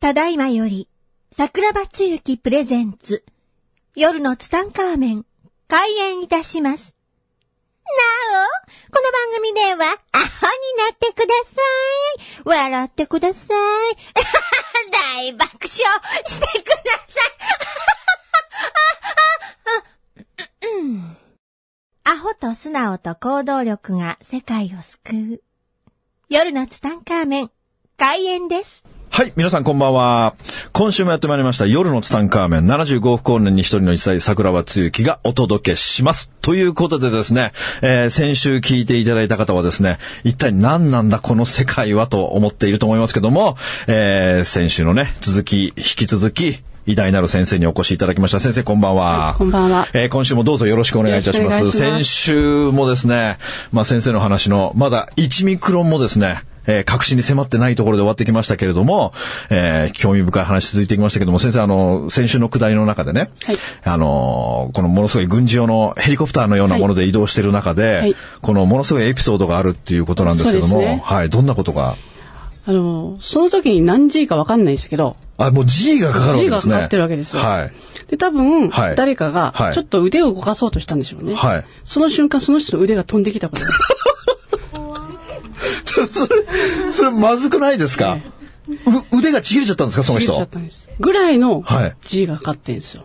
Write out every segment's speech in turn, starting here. ただいまより、桜庭つゆきプレゼンツ、夜のツタンカーメン、開演いたします。なお、この番組では、アホになってください。笑ってください。 大爆笑してください。 アホと素直と行動力が世界を救う。夜のツタンカーメン、開演です。はい、皆さんこんばんは。今週もやってまいりました、夜のツタンカーメン75億光年に一人の一歳桜庭つゆきがお届けします。ということでですね、えー先週聞いていただいた方はですね、一体何なんだこの世界はと思っていると思いますけども、えー先週のね、続き、引き続き、偉大なる先生にお越しいただきました。先生こんばんは。こんばんはえー今週もどうぞよろしくお願いいたします。よろしくお願いします先週もですね、まあ先生の話の、まだ1ミクロンもですね、えー、確信に迫ってないところで終わってきましたけれども、えー、興味深い話続いてきましたけども、先生、あの、先週の下りの中でね、はいあのー、このものすごい軍事用のヘリコプターのようなもので移動している中で、はいこのものすごいエピソードがあるっていうことなんですけどそも、うですねはい、どんなことが、あの、その時に何 G かわかんないですけど、あ、もう G がかかるわけですね。 G がかかってるわけですよはい。で、多分、はい誰かはがい、ちょっと腕を動かそうとしたんでしょうね。はい その瞬間、その人の腕が飛んできたことが。ちょそれ、それまずくないですか、う腕がちぎれちゃったんですか、そのちぎれちゃ人っ。たんです。ぐらいのはい G がかかってんですよ。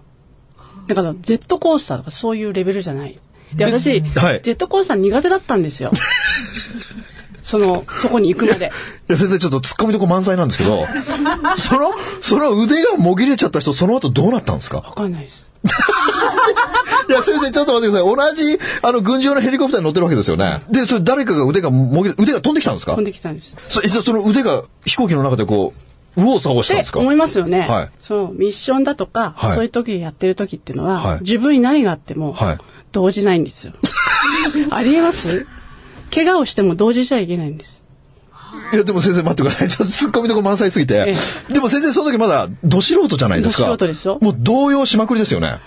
だから、ジェットコースターとかそういうレベルじゃない。で、私、はいジェットコースター苦手だったんです よ。その、そこに行くまで。いや先生、ちょっと突っ込みどこ満載なんですけ ど、その、その腕がもぎれちゃった人、その後どうなったんですかわかんないです。いや、先生、ちょっと待ってください。同じ、あの、軍事用のヘリコプターに乗ってるわけですよね。で、それ誰かが腕がもぎれ、腕が飛んできたんですか飛んできたんです。そえじゃあその腕が飛行機の中でこう、右往左往したんですか思いますよね。はいそう、ミッションだとか、はいそういう時やってる時っていうのは、はい自分に何があっても、はい動じないんで すよ。ありえます怪我をしても動じちゃいけないんです。いや、でも先生待ってください。ちょっと突っ込みどこ満載すぎてえ。でも先生、その時まだ、ど素人じゃないですか。ど素人ですよもう動揺しまくりですよね。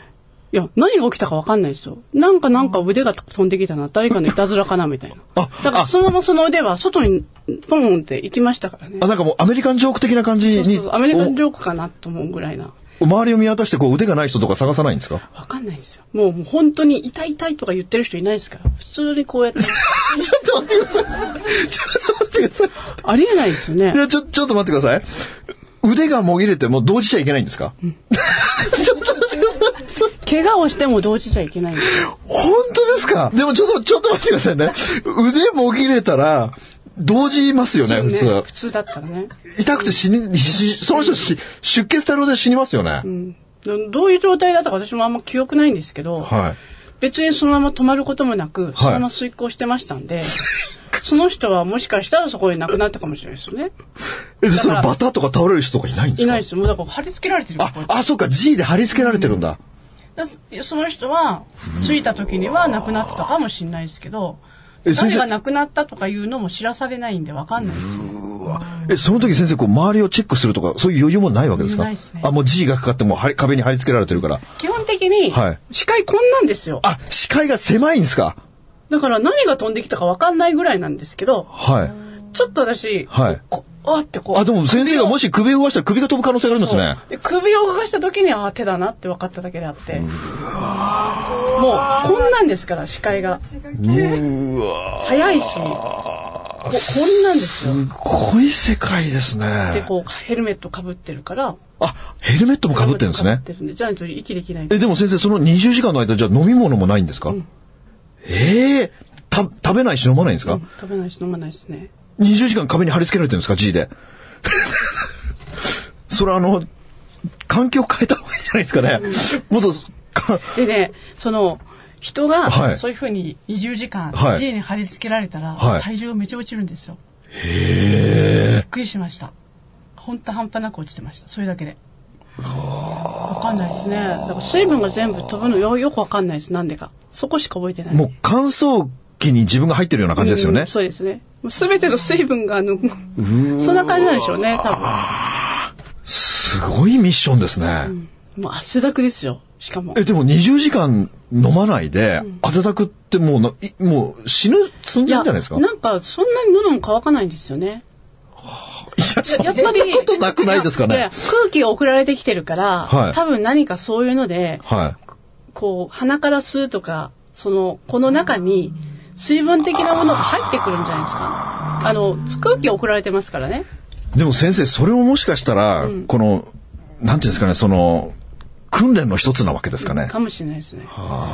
いや、何が起きたかわかんないですよ。なんかなんか腕が飛んできたな、誰かのいたずらかな、みたいな。あだからそのままその腕は外にポンって行きましたからねあ、。なんかもうアメリカンジョーク的な感じそうに、そうアメリカンジョークかなと思うぐらいな。お周りを見渡してこう腕がない人とか探さないんですかわかんないですよ。もうもう本当に痛い痛いとか言ってる人いないですから。普通にこうやっ て。ちょっと待ってください。ちょっと待ってくださありえないですよねい。い。や、ちょ、ちょっと待ってください。腕がもぎれても同時ちゃいけないんですか、 ちょっと待ってください。ちょ怪我をしても動じちゃいけないんですよ。本当ですかでもちょっと、ちょっと待ってくださいね。腕もぎれたら、同時いますよね、普ね通。普通だったらね。痛くて死に、しその人し出血多量で死にますよね。どどういう状態だったか私もあんま記憶ないんですけど、はい。別にそのまま止まることもなく、そのまま遂行してましたんで、 その人はもしかしたらそこで亡くなったかもしれないですよね。え、じゃあそだのからバターとか倒れる人とかいないんですかいないですよ。もうだから貼り付けられてる。あ、あ、そっか、G で貼り付けられてるんだ。だその人は、着いた時には亡くなってたかもしれないですけど、え先誰生が亡くなったとかいうのも知らされないんでわかんないですよ。え、その時先生、こう、周りをチェックするとか、そういう余裕もないわけですかないですねあ、もう G がかかって、もう貼り壁に貼り付けられてるから。基本的にはい、視界こんなんですよ。あ、視界が狭いんですかだから何が飛んできたかわかんないぐらいなんですけど、はい。ちょっと私、はいこうわーってこう。あ、でも先生がもし首を動かしたら首が飛ぶ可能性があるんですね。で首を動かした時にああ手だなって分かっただけであってもうこんなんですから視界がうわ早いしここんなんですよすごい世界ですでね。こうヘルメットかぶってるからあ、ヘルメットも被ってるんです被ねっ。てるんでじゃないと息できないえ、でも先生、その20時間の間、じゃあ飲み物もないんですか、ええた、食べないし飲まないんですか、食べないし飲まないですね ?20 時間壁に貼り付けられてるんですか ?G で。 それあの、環境変えた方がいいんじゃないですかね。もっと、か、でねその人はいがそういうふうに20時間はい G に貼り付けられたらはい体重がめちゃ落ちるんですよびっくりしましたほんと半端なく落ちてましたそれだけでわかんないですねだから水分が全部飛ぶのよよくわかんないですなんでかそこしか覚えてないもう乾燥機に自分が入ってるような感じですようねん。そうですねもう全ての水分があのそんな感じなんでしょうね多分すごいミッションですね。もう汗だくですよしかもえ、でも20時間飲まないで、汗だくってもうな、いもう死ぬ寸前じゃないですかいや、なんかそんなに喉も乾かないんですよねいややっぱり、そんなことなくないですかねや空気が送られてきてるから、はい多分何かそういうので、はこう、鼻から吸うとか、その、この中に、水分的なものが入ってくるんじゃないですか。あの、空気が送られてますからね。い。でも先生、それももしかしたら、この、なんていうんですかね、その、訓練の一つなわけですかね。かもしれないですね。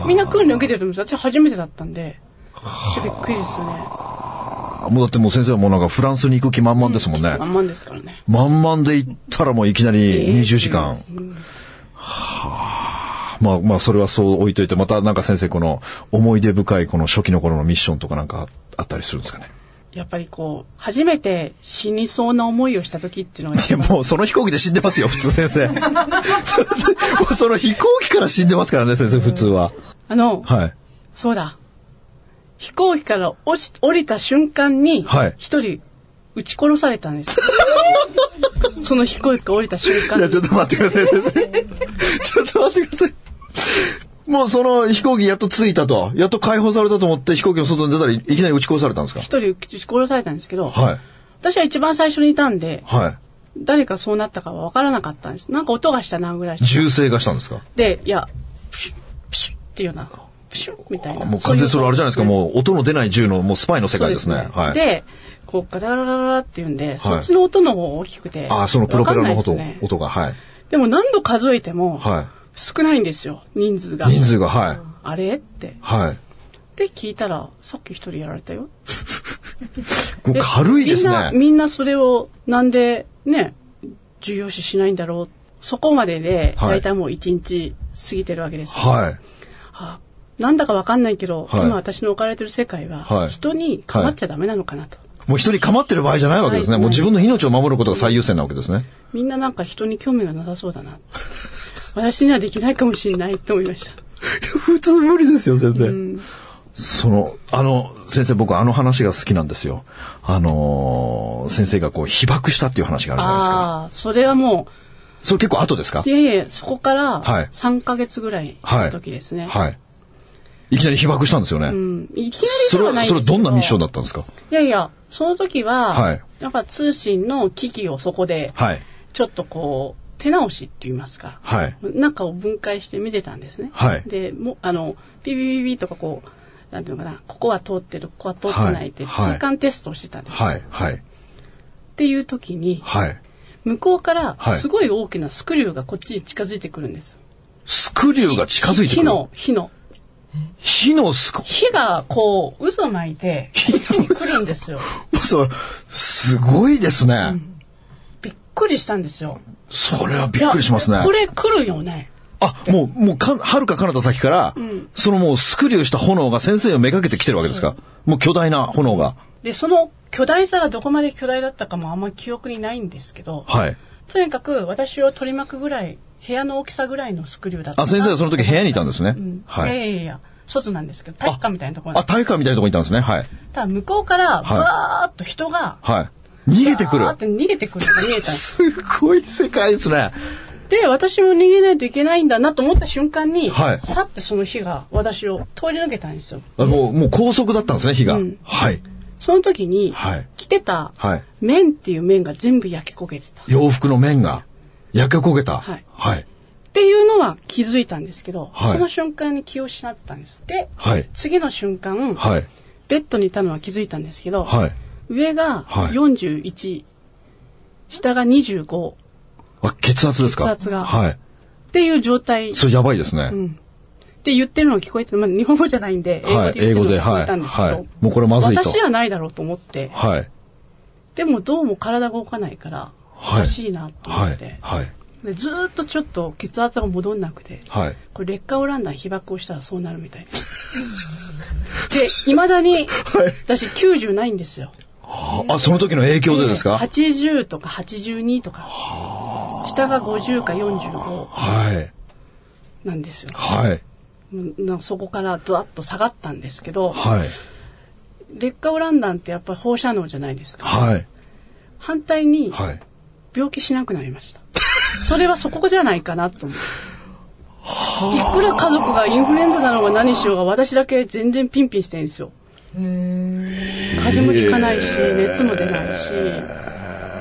みんな訓練受けてると思うんですよ。私初めてだったんで。ちょっとびっくりですよね。もうだってもう先生はもうなんかフランスに行く気満々ですもんねま。んまんですからね。満々で行ったらもういきなり20時間。はあ。まあまあそれはそう置いといて、またなんか先生この思い出深いこの初期の頃のミッションとかなんかあったりするんですかね。やっぱりこう、初めて死にそうな思いをした時っていうのがいや、もうその飛行機で死んでますよ、普通先生。もう その飛行機から死んでますからね、先生、普通は。あの、はい。そうだ。飛行機から落ち、降りた瞬間にはい、一人、撃ち殺された んですよ。その飛行機から降りた瞬い間にや、ちょっと待ってください、 先生。ちょっと待ってください。もうその飛行機やっと着いたと、やっと解放されたと思って飛行機の外に出たらいいきなり撃ち殺されたんですか一人撃ち殺されたんですけど、はい。私は一番最初にいたんで、はい。誰かそうなったかは分からなかったんです。なんか音がしたなぐらいしか銃声がしたんですかで、いや、プシュッ、プシュッっていうような、プシュッみたいな。もう完全にそれあれじゃないですか、ういう音もう音の出ない銃のもうスパイの世界ですね。そうはい。で、こう、ガタガタガタガタって言うんで、そっちの音の方が大きくて。ああ、そのプロペラの音、わかんないですね音が、はい。でも何度数えても、は少ないんですよ、人数い。が。人数が、はい。あれって。はい。で、聞いたら、さっき一人やられたよ。もうで軽いですみんな、ね。みんなそれを、なんで、ね、重要視しないんだろう。そこまでで、はい大体もう一日過ぎてるわけですよ。はい。あなんだかわかんないけど、はい今私の置かれてる世界は、はい人に構っちゃダメなのかなと。もう人に構ってる場合じゃないわけですね。はいもう自分の命を守ることが最優先なわけですね。みんななんか人に興味がなさそう だな。私にはできないかもしれないと思いました。普通無理ですよ、先生。その、あの、先生、僕あの話が好きなんですよ。あのー先生がこう、被爆したっていう話があるじゃないですか。ああー、それはもそれ結構後ですかう、いえいえ、そこからはい3ヶ月ぐらいの時ですね。はい。いきなり被爆したんですよね。うん、いきなりそでれはなは、いそれはどんなミッションだだったんですかいやいや、その時は、はいやっぱ通信の機器をそこで、はい。ちょっとこう、手直しって言いますか、はい。中を分解して見てたんですね。はいで、もうあの、ピピピピとかこう、なんていうのかな、ここは通ってる、ここは通ってないって、はいはい中間テストをしてたんです。はい。はい。っていう時に、はい。向こうからはいすごい大きなスクリューがこっちに近づいてくるんですよ。スクリューが近づいてく火る。の、火の。火のスク、火がこう渦巻い て、こっちに来るんですよ。それ、すごいですね。びっくりしたんですよ。それはびっくりしますねいや。これ来るよね。あ、もう、もうか、はるか彼方先から、そのもうスクリューした炎が先生をめがけてきてるわけですか。もう巨大な炎が。で、その巨大さがどこまで巨大だったかもあんま記憶にないんですけど、はい。とにかく私を取り巻くぐらい、部屋の大きさぐらいのスクリューだったな。あ、先生はその時部屋にいたんですね。うん、、はいい。やいやいや、外なんですけど、体育館みたいなところなんあ、で体育館みたいなとこにいたんですね。はい。すただ向こうから、はいわーっと人が、はい。逃げてくるわーっ。て逃げてくるのが見えたんですすごい世界ですね。で、私も逃げないといけないんだなと思った瞬間に、はいさってその火が私を通り抜けたんですよ。あもう、もう高速だったんですね、火が。はい。その時に、はい着てたはい。麺っていう麺が全部焼け焦げてた。っ洋服の面が焼け焦げた。はいはい。ていうのは気づいたんですけど、はいその瞬間に気を失ってたんです。で、はい。次の瞬間、はい。ベッドにいたのは気づいたんですけど、はい。上がはい41、下が25っあ、血圧ですか血圧がはい。ていう状態っそれやばいですね。て言ってるのが聞こえて、まあ、日本語じゃないんで、英は語い。で言英語ってるので、が聞こはえい。たんですけど、はい。もうこれまずいと。私はないだろうと思って、はい。でもどうも体が動かないから、おはいかしいなとは思いって、。はい。でずーっとちょっと血圧が戻んなくて、はい。これ劣化オランダに被爆をしたらそうなるみたいな。で、未だに、私90ないんですよ。ああ、その時の影響でですか ?80 とか82とか、下が50か45はい。なんですよ。はい。うんなんかそこからドワッと下がったんですけど、はい。劣化オランダンってやっぱり放射能じゃないですか。はい。反対にはい。病気しなくなりました。それはそこじゃないかなと思う。いくら家族がインフルエンザなのが何しようが私だけ全然ピンピンしてるんですよ。風邪もひかないし、熱も出ないし、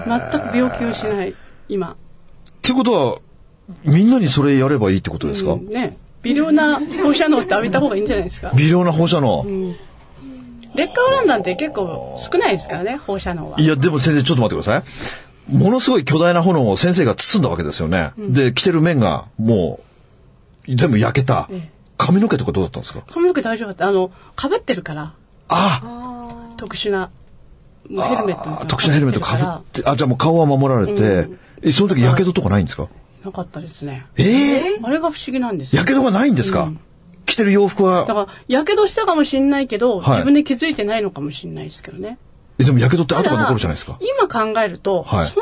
全く病気をしない、今。ってことは、みんなにそれやればいいってことですか、うんね。微量な放射能って浴びた方がいいんじゃないですか。微量な放射能。劣化ウランなんて結構少ないですからね、放射能は。いや、でも先生、ちょっと待ってください。ものすごい巨大な炎を先生が包んだわけですよね。で、着てる面がもう、全部焼けたええ。髪の毛とかどうだったんですか髪の毛大丈夫だった。あの、被ってるから、あ特殊な、もうヘルメットみたいなの被ってるかあら。特殊なヘルメットかぶって、あ、じゃあもう顔は守られて、えその時、やけどとかないんですかなかったですね。ええ あれが不思議なんですよや。けどがないんですか、着てる洋服だは、から、やけどしたかもしんないけど、はい自分で気づいてないのかもしんないですけどね。えでもやけどってた後だが残るじゃないですか。今考えると、はいそん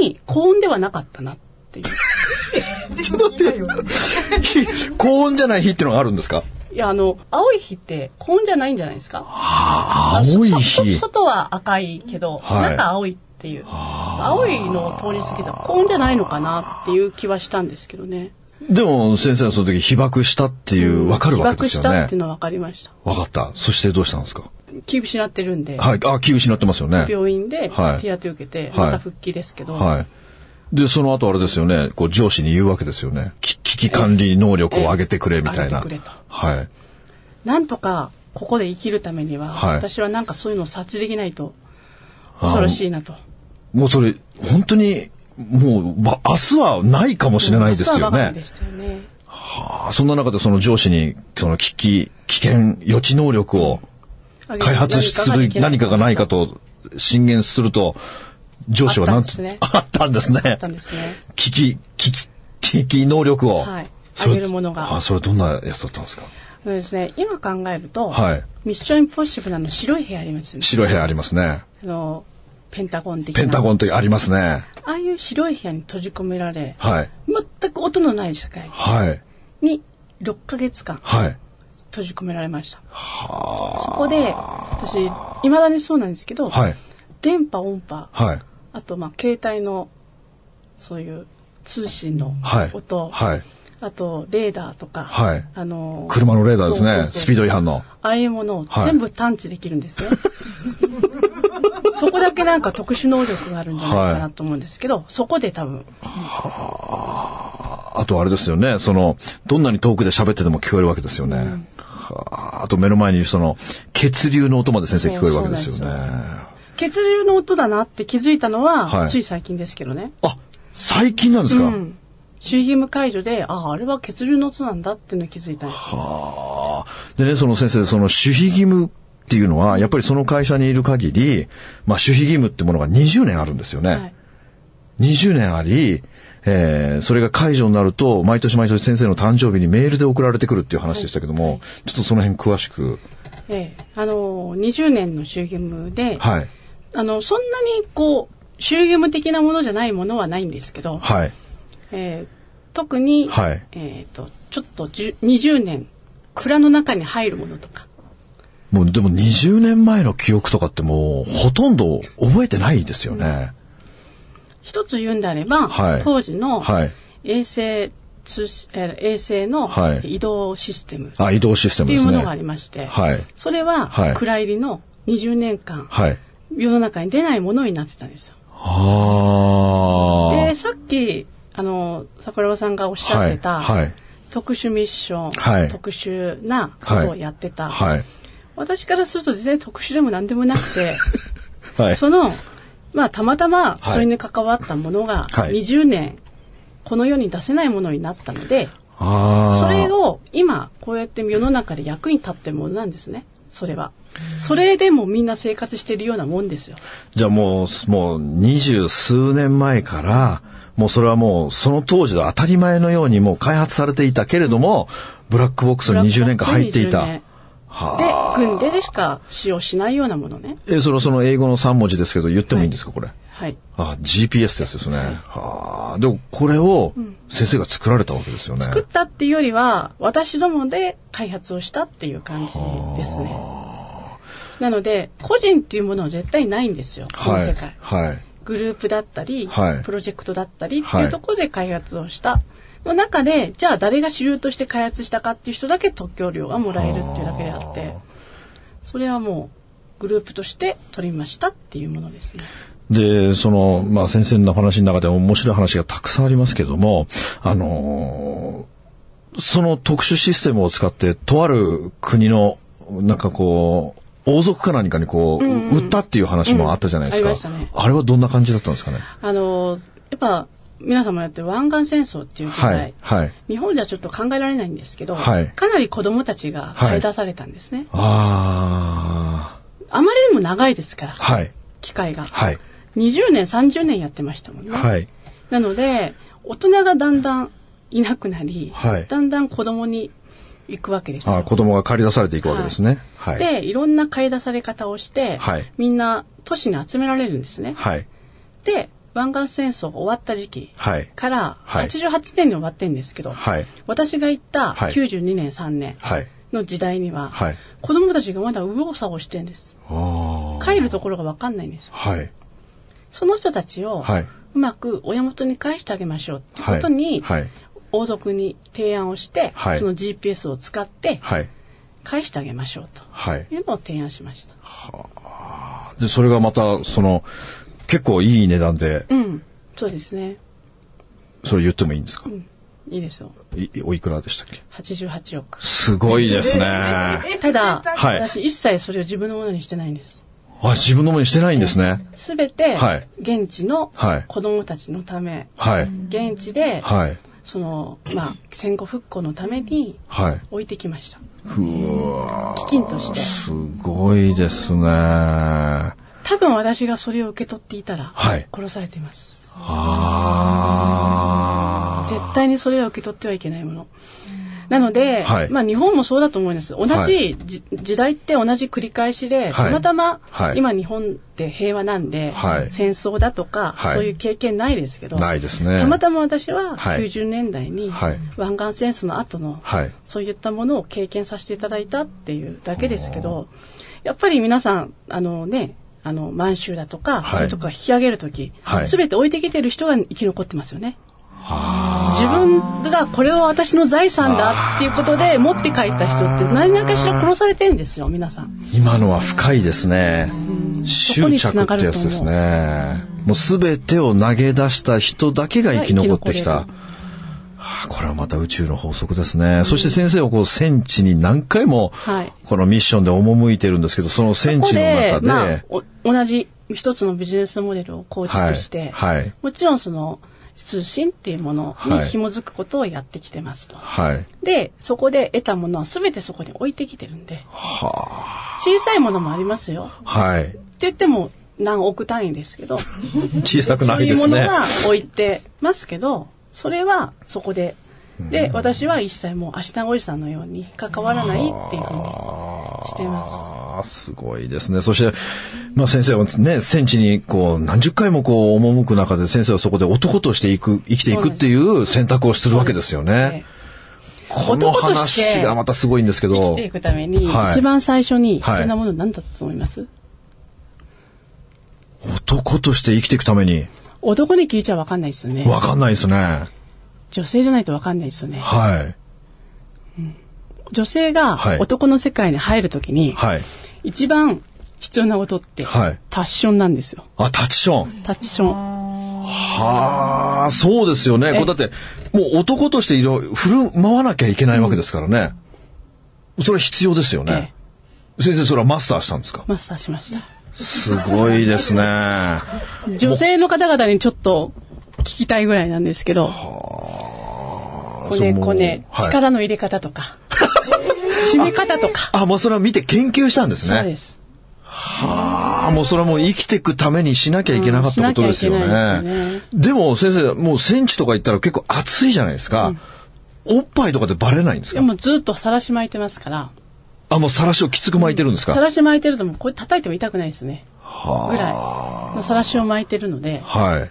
なに高温ではなかったなっていう。ちょっと待って、火高温じゃない日ってのがあるんですかいや、あの、青い日って高温じゃないんじゃないですか。あ青いそそ日。外は赤いけど、はい中青いっていう。青いのを通り過ぎたら高温じゃないのかなっていう気はしたんですけどね。でも先生はその時被爆したっていう、わかるわけですよ被爆したねってい。うのは分かりました。わかった。そしてどうしたんですか気を失ってるんで、はい。あ、気を失ってますよね。病院ではい手当て受けて、はいまた復帰ですけど、はい。で、その後あれですよね、こう上司に言うわけですよね。き危機管理能力を上げてくれみたいな。上げてくれとはい。なんとかここで生きるためには、はい私はなんかそういうのを察知できないとあー恐ろしいなと。もうそれ、本当に、もう、ば明日はないかもしれないですそうよ我が身ねで。したよね。あそんな中でその上司に、その危機、危険予知能力を開発する何かがないか。と進言すると、上司はなんと、あったんですねあった。んですね。危機、危機、危機能力を。はいそれ上げるものがあ、それどんなやつだったんですかそうですね。今考えると、はいミッションインポッシブルの白い部屋ありますよね。白い部屋ありますね。あの、ペンタゴン的な。ペンタゴンってありますね。ああいう白い部屋に閉じ込められ、はい。全く音のない世界はい。に6ヶ月間はい。閉じ込められました。そこで、私、未だにそうなんですけど、はい。電波、音波、はい。あと、まあ、携帯の、そういう通信のはい。音、はい。あと、レーダーとか、はいあの車のレーダーですそうそうね。そうスピード違反の。ああいうものをはい全部探知できるんですね。そこだけなんか特殊能力があるんじゃないかなと思うんですけど、そこで多分、あとあれですよね。その、どんなに遠くで喋ってても聞こえるわけですよね。はああと目の前にその、血流の音まで先生聞こえるわけですよそうねそう。血流の音だなって気づいたのは、はいつい最近ですけどね。あ、最近なんですうか、ん。守秘義務解除で、ああ、あれは血流の音なんだっていうのに気づいたんです。でね、その先生、その守秘義務っていうのは、やっぱりその会社にいる限り、まあ守秘義務ってものが20年あるんですよね。はい。 20年あり、えーそれが解除になると、毎年毎年先生の誕生日にメールで送られてくるっていう話でしたけども、ちょっとその辺詳しく。ええ。あの、20年の守秘義務で、はい。あの、そんなにこう、守秘義務的なものじゃないものはないんですけど、はい。えー特に、はいえっ、と、ちょっと10 20年、蔵の中に入るものとか、もうでも20年前の記憶とかってもうほとんど覚えてないですよね。一つ言うんであれば、はい当時のはい。衛星通し、えー衛星のはい移動システムっあ、移動システムてでいうすもね。のがありまして、はい。それははい、蔵入りの20年間、はい。世の中に出ないものになってたんですよ。あーで、さっき、あの、桜庭さんがおっしゃってた、はい。はい。特殊ミッション、はい特殊なことをやってた、はい。私からすると全然特殊でも何でもな くて、はい。その、まあ、たまたま、はいそれに関わったものが、はい20年、この世に出せないものになったので、あーそれを、今、こうやって世の中で役に立ってるものなんですね。それは。それでもみんな生活してるようなもんですよ。じゃあもう、もう二十数年前から、もうそれはもうその当時の当たり前のようにもう開発されていたけれども、ブラックボックスに20年間入ってい20た年。ではあ。、軍ででしか使用しないようなものね。え、それはその英語の3文字ですけど言ってもいいんですか、これ。はい。あ、GPS ですですね。はあ。でもこれを先生が作られたわけですよね。作ったっていうよりは、私どもで開発をしたっていう感じですね。なので、個人っていうものは絶対ないんですよ、このは世い界。。はい。グループだったり、はいプロジェクトだったりってはいいうところで開発をした。の中で、じゃあ誰が主流として開発したかっていう人だけ特許料がもらえるっていうだけであって、それはもうグループとして取りましたっていうものですね。で、その、まあ先生の話の中で面白い話がたくさんありますけども、あのーその特殊システムを使って、とある国の、なんかこう、王族か何かにこう、売ったっていう話もあったじゃないですか。うんありましたねあれはどんな感じだったんですかね。あの、やっぱ、皆様やってる湾岸戦争っていう時代、はい。はい。日本ではちょっと考えられないんですけど、はいかなり子供たちが買い出されたんですね。ああまりにも長いですからあ。、はい。機会が。はい。 20年、30年やってましたもんね。はい。なので、大人がだんだんいなくなり、はいだんだん子供に行くわけですよ。あー子供が借り出されていくわけですね。はい。で、いろんな買い出され方をして、はいみんな都市に集められるんですね。はい。で、湾岸戦争が終わった時期はい。から、はい88年に終わってんですけど、はい。私が行ったはい92年、3年はい。の時代には、はい。子供たちがまだ右往左往してんです。ああ。帰るところがわかんないんです。はい。その人たちを、はいうまく親元に返してあげましょうっていうことに、はい。王族に提案をして、はいその GPS を使ってはい。返してあげましょうはいと。いうのを提案しました。で、それがまた、その、結構いい値段で、うん。そうですね。それ言ってもいいんですか、いいですよ。いおいくらでしたっけ88億。すごいですね。あ、ただ、はい私一切それを自分のものにしてないんです。自分のものにしてないんですね。すべてはい、現地のはい子供たちのため、はい。現地で、はい。その、まあ、戦後復興のためにはい。置いてきました。うわ基金として。すごいですね。あ多分私がそれを受け取っていたら、はい殺されています。あ。絶対にそれは受け取ってはいけないもの。なので、はいまあ日本もそうだと思うんです。同じ、はいじ時代って同じ繰り返しはで、いたまたま、はい今日本って平和なんで、はい戦争だとか、はいそういう経験ないですけど、ないですね。たまたま私ははい90年代にはい湾岸戦争の後のはい。そういったものを経験させていただいたっていうだけですけど、やっぱり皆さん、あのね、あの、満州だとはか、いそういうとこから引き上げるときは、いすべ、て置いてきてる人が生き残ってますよね。自分がこれは私の財産だっていうことで持って帰った人って何らかしら殺されてるんですよ、皆さん。今のは深いですね。執着ってやつですね。もうすべてを投げ出した人だけが生き残ってきはたい生き。はあこれはまた宇宙の法則ですね。そして先生はこう戦地に何回もはいこのミッションで赴いてるんですけど、その戦ここ地ので中、まあで、、お同じ一つのビジネスモデルを構築して、はいはいもちろんその、通信っていうものに紐づくことをやってきてますと。はい。で、そこで得たものは全てそこに置いてきてるんで。小さいものもありますよ。はい。って言っても何億単位ですけど、小さくなそういいでうもすのね。は置いてますけど、それはそこで。で、私は一切もう明日おじさんのように関わらないっていうふうにしてます。あーすごいですね。そして、まあ先生はね、戦地にこう何十回もこう赴く中で先生はそこで男としていく、生きていくっていう選択をするわけですよね。この男として話がまたすごいんですけえ生どきて、いくために、はい一番最初に必要なもの何だったと思います、男として生きていくために、男に聞いちゃわかんないですよね。わかんないですね。女性じゃないとわかんないですよね。はい。女性がはい男の世界に入るときに、はい。一番必要なことって、はいタッションなんですよ。あ、タッチション。タッチション。はあ、そうですよね。これだって、もう男としていろいろ振る舞わなきゃいけないわけですからね。それは必要ですよね。先生、それはマスターしたんですかマスターしました。すごいです ね。女性の方々にちょっと聞きたいぐらいなんですけど、こそうねもうこね、はい力の入れ方とか、締め方とか。あ、もうそれは見て研究したんですそうねで。す。あ、もうそれはもう生きていくためにしなきゃいけなかったことですようんしなきゃいけないねで。でも先生、もう戦地とか行ったら結構暑いじゃないですか。おっぱいとかでバレないんですでかもずっと晒し巻いてますから、あ、もう晒しをきつく巻いてるんですか晒し巻いてるともうこれ叩いても痛くないですよね。ぐらいの晒しを巻いてるので、はい。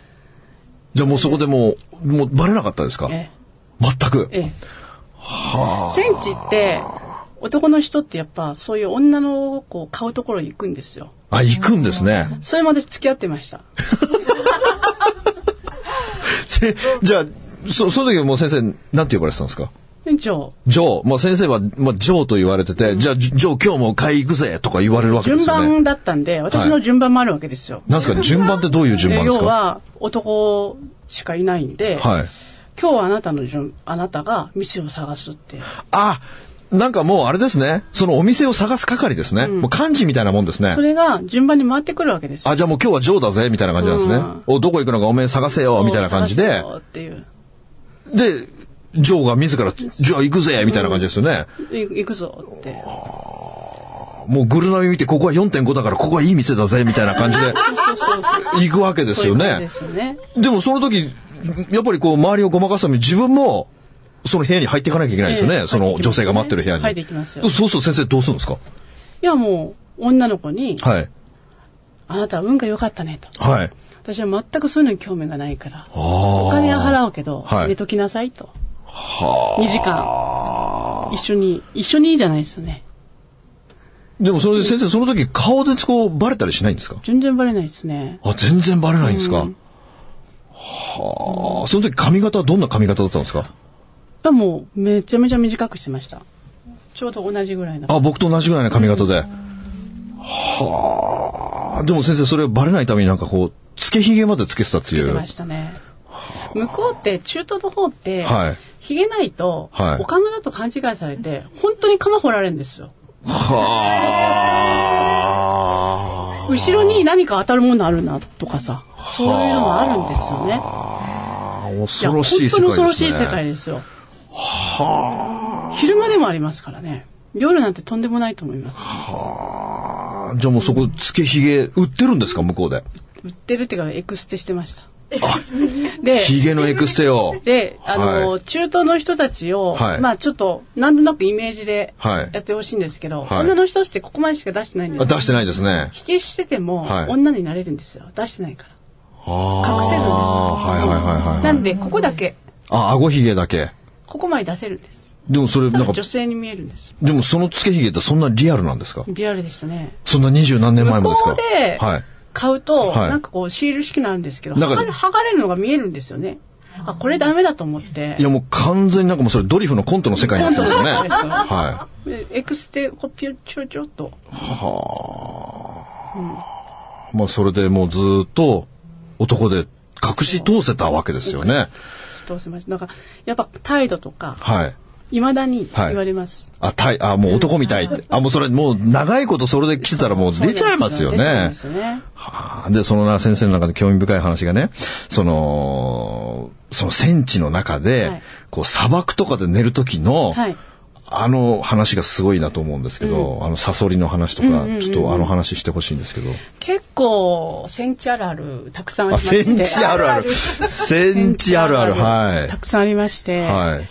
じゃあもうそこでもう、もうバレなかったですかえ全く。えええ。センチって、男の人ってやっぱそういう女の子を買うところに行くんですよ。あ、行くんですね。それまで付き合ってました。せじゃあ、そ、その時はもう先生、なんて呼ばれてたんですかで長。ジョー、まあ、先生は、まあ、ジョーと言われてて、じゃあ、ジョー今日も買い行くぜとか言われるわけで順すよね。番だったんで、私の順番もあるわけですよ。なんですか順番ってどういう順番でです要かは、男しかいないんで、はい。今日はあなたの順、あなたが店を探すって。あ、なんかもうあれですね。そのお店を探す係ですね。もう漢字みたいなもんですねそ。れが順番に回ってくるわけですよ。あ、じゃあもう今日はジョーだぜ、みたいな感じなんですね。うんお、どこ行くのかおめえ探せよ、みたいな感じで探す。よっていう。で、ジョーが自ら、じゃあ行くぜ、みたいな感じですよね。い行くぞって。もうグルナミ見て、ここは4.5だから、ここはいい店だぜ、みたいな感 じでそうそうそう。行くわけですよそういうこねとで。すね。でもその時、やっぱりこう、周りをごまかすために自分も、その部屋に入っていかなきゃいけないですよね。ええそ入のってきますね女性が待ってる部屋に。入ってきますよそうそう先生どうするんですかいやもう、女の子に、はい。あなたは運が良かったねと。はい。私は全くそういうのに興味がないから、おお金は払うけど、はい寝ときなさいと。2時間。一緒に、一緒にいいじゃないですよね。でもそれで先生、その時顔でこう、バレたりしないんですか全然バレないですね。あ、全然バレないんですか、はあ。その時髪型はどんな髪型だったんですかでもう、めちゃめちゃ短くしてました。ちょうど同じぐらいの。あ、僕と同じぐらいの髪型で。はあ。でも先生、それをバレないためになんかこう、つけひげまでつけてたってい出てう。ましたね。向こうって、中東の方って、はいひげないと、はいおかむだと勘違いされて、本当に鎌掘られるんですよ。はあ。後ろに何か当たるものあるなとかさ、そういうのがあるんですよね。恐ろしい世界ですね。本当に恐ろしい世界ですよ。昼間でもありますからね。夜なんてとんでもないと思います。あじゃあもうそこ、つけひげ、売ってるんですか向こうで。売ってるっていうか、エクステしてました。で、ひげのエクステを。で、あの、はい中東の人たちを、はいまあちょっと、なんとなくイメージではいやってほしいんですけど、はい女の人ってここまでしか出してないんであすよ。出してないですね。否定してても、はい女になれるんですよ。出してないから。隠隠せるんですはいはいはいはいはい。なんで、ここだけ、あ、顎ひげだけ。ここまで出せるんです。でもそれ、なんか、女性に見えるんです。でもそのつけひげってそんなリアルなんですかリアルでしたね。そんな二十何年前もですか向こうではい。買うと、はいなんかこうシール式なんですけど、なんか剥がれ剥がれるのが見えるんですよね。あ、これダメだと思っていや、もう完全になんかもうそれドリフのコントの世界になってますよね。コントの世界ですよはでエクステ、こうピュッチョチョっと。い。まあそれでもうずーっと男で隠し通せたわけですよね。どうせました。なんか、やっぱ態度とか、はい。未だにはい言われます。あ、たい、あ、もう男みたいって。あ、もうそれ、もう長いことそれで来てたらもう出ちゃいますよ出ちゃいねま。すよね。はあで、そのな、先生の中で興味深い話がね、その、その戦地の中で、はいこう砂漠とかで寝る時の、はいあの話がすごいなと思うんですけど、あのサソリの話とか、ちょっとあの話してほしいんですけど。結構、センチあるある、たくさんありあ、まして。戦地あるあ る。戦地あるある。はたくさんありまして、い。はい。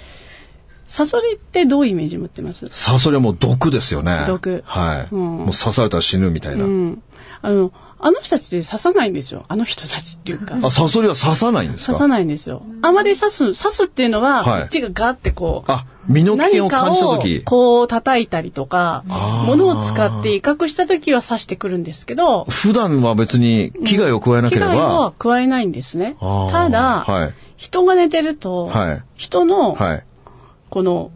サソリってどういうイメージ持ってますサソリはもう毒ですよね。毒はい。うんもう刺されたら死ぬみたいな。うん。あの、あの人たちって刺さないんですよ。あの人たちっていうか。あ、サソリは刺さないんですか刺さないんですよ。あまり刺す、刺すっていうのは、はいこっちがガーってこう、あ、身の危険を何か感じたを時こう叩いたりとかあ、ー物を使って威嚇した時は刺してくるんですけど、普段は別に危害を加えなけ危れば、害は加えないんですねあ。ーただ、はい人が寝てると、はい人の、はい。この、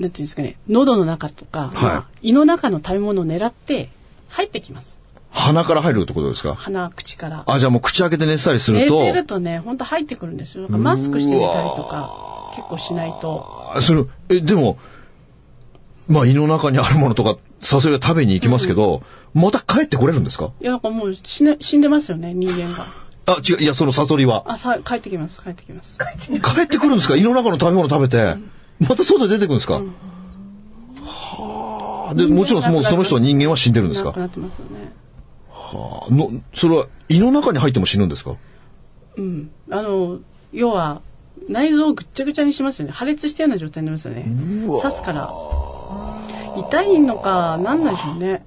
なんていうんですかね、喉の中とか、まあ胃の中の食べ物を狙って入ってきます。鼻から入るってことですか鼻、口から。あ、じゃあもう口開けて寝てたりする寝と、てるとね、ほんと入ってくるんですよ。なんかマスクして寝たりとか、結構しないと。あそれ、え、でも、まあ胃の中にあるものとか、サソリは食べに行きますけど、また帰ってこれるんですかいや、なんかもう死,、ね、死んでますよね、人間が。あ、違う、いや、そのサソリは。あ、さ、帰ってきます、帰ってきます。帰ってくるんですか胃の中の食べ物食べて、また外に出てくるんですか、はあ。で、もちろんもうその人は人間は死んでるんですなかくなってますよね。あの、それは胃の中に入っても死ぬんですかうん。あの、要は、内臓をぐっちゃぐちゃにしますよね。破裂したような状態になりますよね。刺すから。痛いのか、なんなんでしょうね。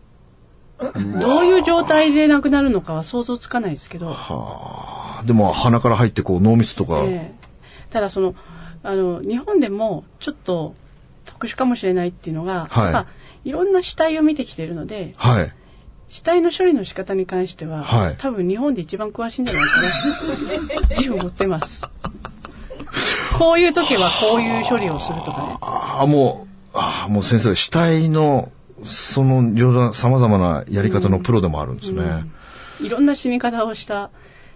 どういう状態で亡くなるのかは想像つかないですけど。あでも鼻から入ってこう脳みそとか、ええただその、あの、日本でもちょっと特殊かもしれないっていうのが、はいやっぱいろんな死体を見てきてるので、はい。死体の処理の仕方に関しては、はい多分日本で一番詳しいんじゃないか な。自負持ってます。こういう時はこういう処理をするとかね。あ、もう、ああ、もう先生、死体の、その、いろいろな様々なやり方のプロでもあるんですね。いろんな死に方をした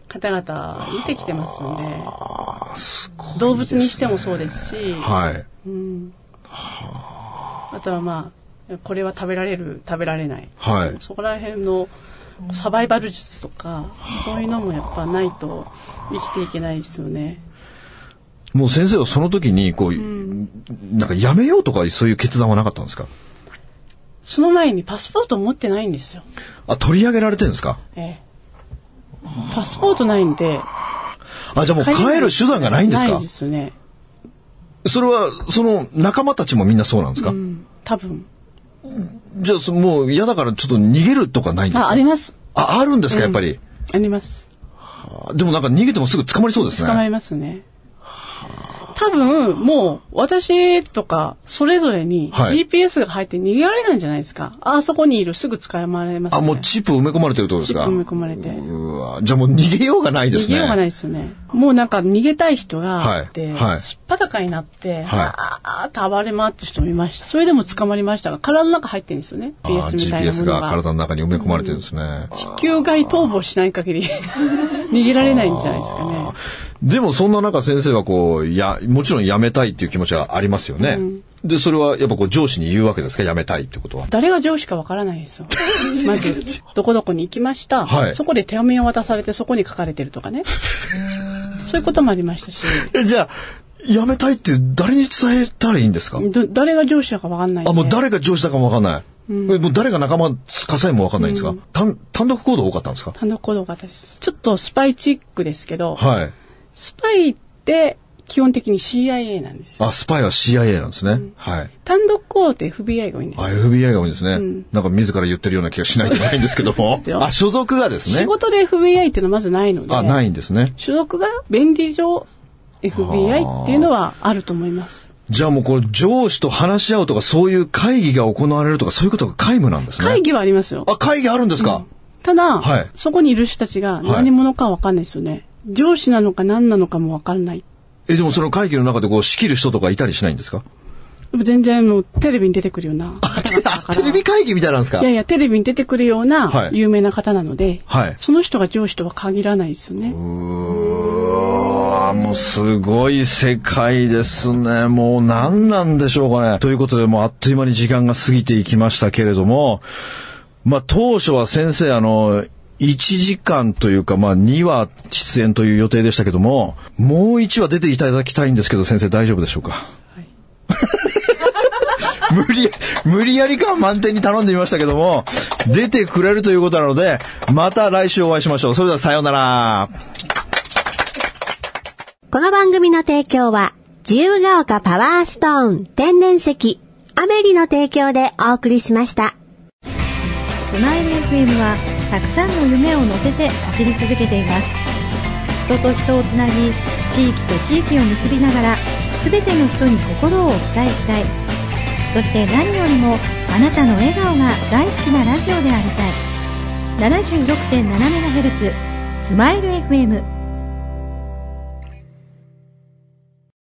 方々見てきてますので、動物にしてもそうですし、はい。うん、あとはまあこれは食べられる食べられない、はいそこら辺のサバイバル術とかそういうのもやっぱないと生きていけないですよね。もう先生はその時に、こう、なんかやめようとかそういう決断はなかったんですかその前にパスポート持ってないんですよ。あ、取り上げられてるんですかええ、パスポートないんであ、じゃあもう帰る手段がないんですなかいですよね。それは、その仲間たちもみんなそうなんですか、うん、多分。じゃあそ、もう嫌だからちょっと逃げるとかないんですかあ、あります。あ、あるんですか、やっぱり。あります。あでもなんか逃げてもすぐ捕まりそうですね。捕まりますね。多分、もう、私とか、それぞれに、はい GPS が入って逃げられないんじゃないですか。あそこにいる、すぐ捕まれますね。あ、もうチップ埋め込まれてるってことですチッかプ埋め込まれて。逃うわじゃあもう逃げようがないですね。げようがないですよね。もうなんか逃げたい人はがいって、はいすっぱだかになっはいて、あーあーって暴れ回ってる人もいました。それでも捕まりましたが、体の中入ってるんですよね。あ PS みたいなも GPS のがが。体の中に埋め込まれてるんですね。地球外逃亡しな い限り、逃げられないんじゃないですかね。でもそんな中先生はこう、いや、もちろん辞めたいっていう気持ちはありますよね。で、それはやっぱこう上司に言うわけですか辞めたいってことは。誰が上司かわからないんですよ。まず、どこどこに行きました。はいそこで手紙を渡されてそこに書かれてるとかね。そういうこともありましたし、え、じゃあ、辞めたいって誰に伝えたらいいんですかど誰が上司だかわかんないんであ、もう誰が上司だかもわかんない。えもう誰が仲間かさえもわかんないんですか、単単独行動多かったんですか単独行動型です。ちょっとスパイチックですけど、はい。スパイって基本的に CIA なんですよ。あ、スパイは CIA なんですね。はい。単独行動って FBI が多いんですあよ。 FBI が多いんですね、んなんか自ら言ってるような気がしないでもないんですけど 。もよあ、所属がです仕ね。事で FBI っていうのはまずないので、あ、ないんですね。所属が便利上 FBI っていうのはあると思います。じゃあもうこれ上司と話し合うとかそういう会議が行われるとかそういうことが皆無なんですね。会議はありますよ。あ、会議あるんですか、ただ、はいそこにいる人たちがい何者かわかんないですよね。上司なのか何なのかもわかんない。え、でもその会議の中でこう仕切る人とかいたりしないんです か全然もうテレビに出てくるような方々だあか、らテレビ会議みたいなんですかいやいや、テレビに出てくるようはない有名な方なので、はいその人が上司とは限らないですよね。あもうすごい世界ですね。もう何なんでしょうかね。ということで、もうあっという間に時間が過ぎていきましたけれども、まあ当初は先生、あの、1時間というか、まあ2話出演という予定でしたけども、もう1話出ていただきたいんですけど、先生大丈夫でしょうかはい無理、無理やり感満点に頼んでみましたけども、出てくれるということなので、また来週お会いしましょう。それではさようなら。この番組の提供は、自由が丘パワーストーン天然石、アメリの提供でお送りしました。スマイル FM はたくさんの夢を乗せて走り続けています人と人をつなぎ地域と地域を結びながら全ての人に心をお伝えしたいそして何よりもあなたの笑顔が大好きなラジオでありたい 76.7MHz スマイル FM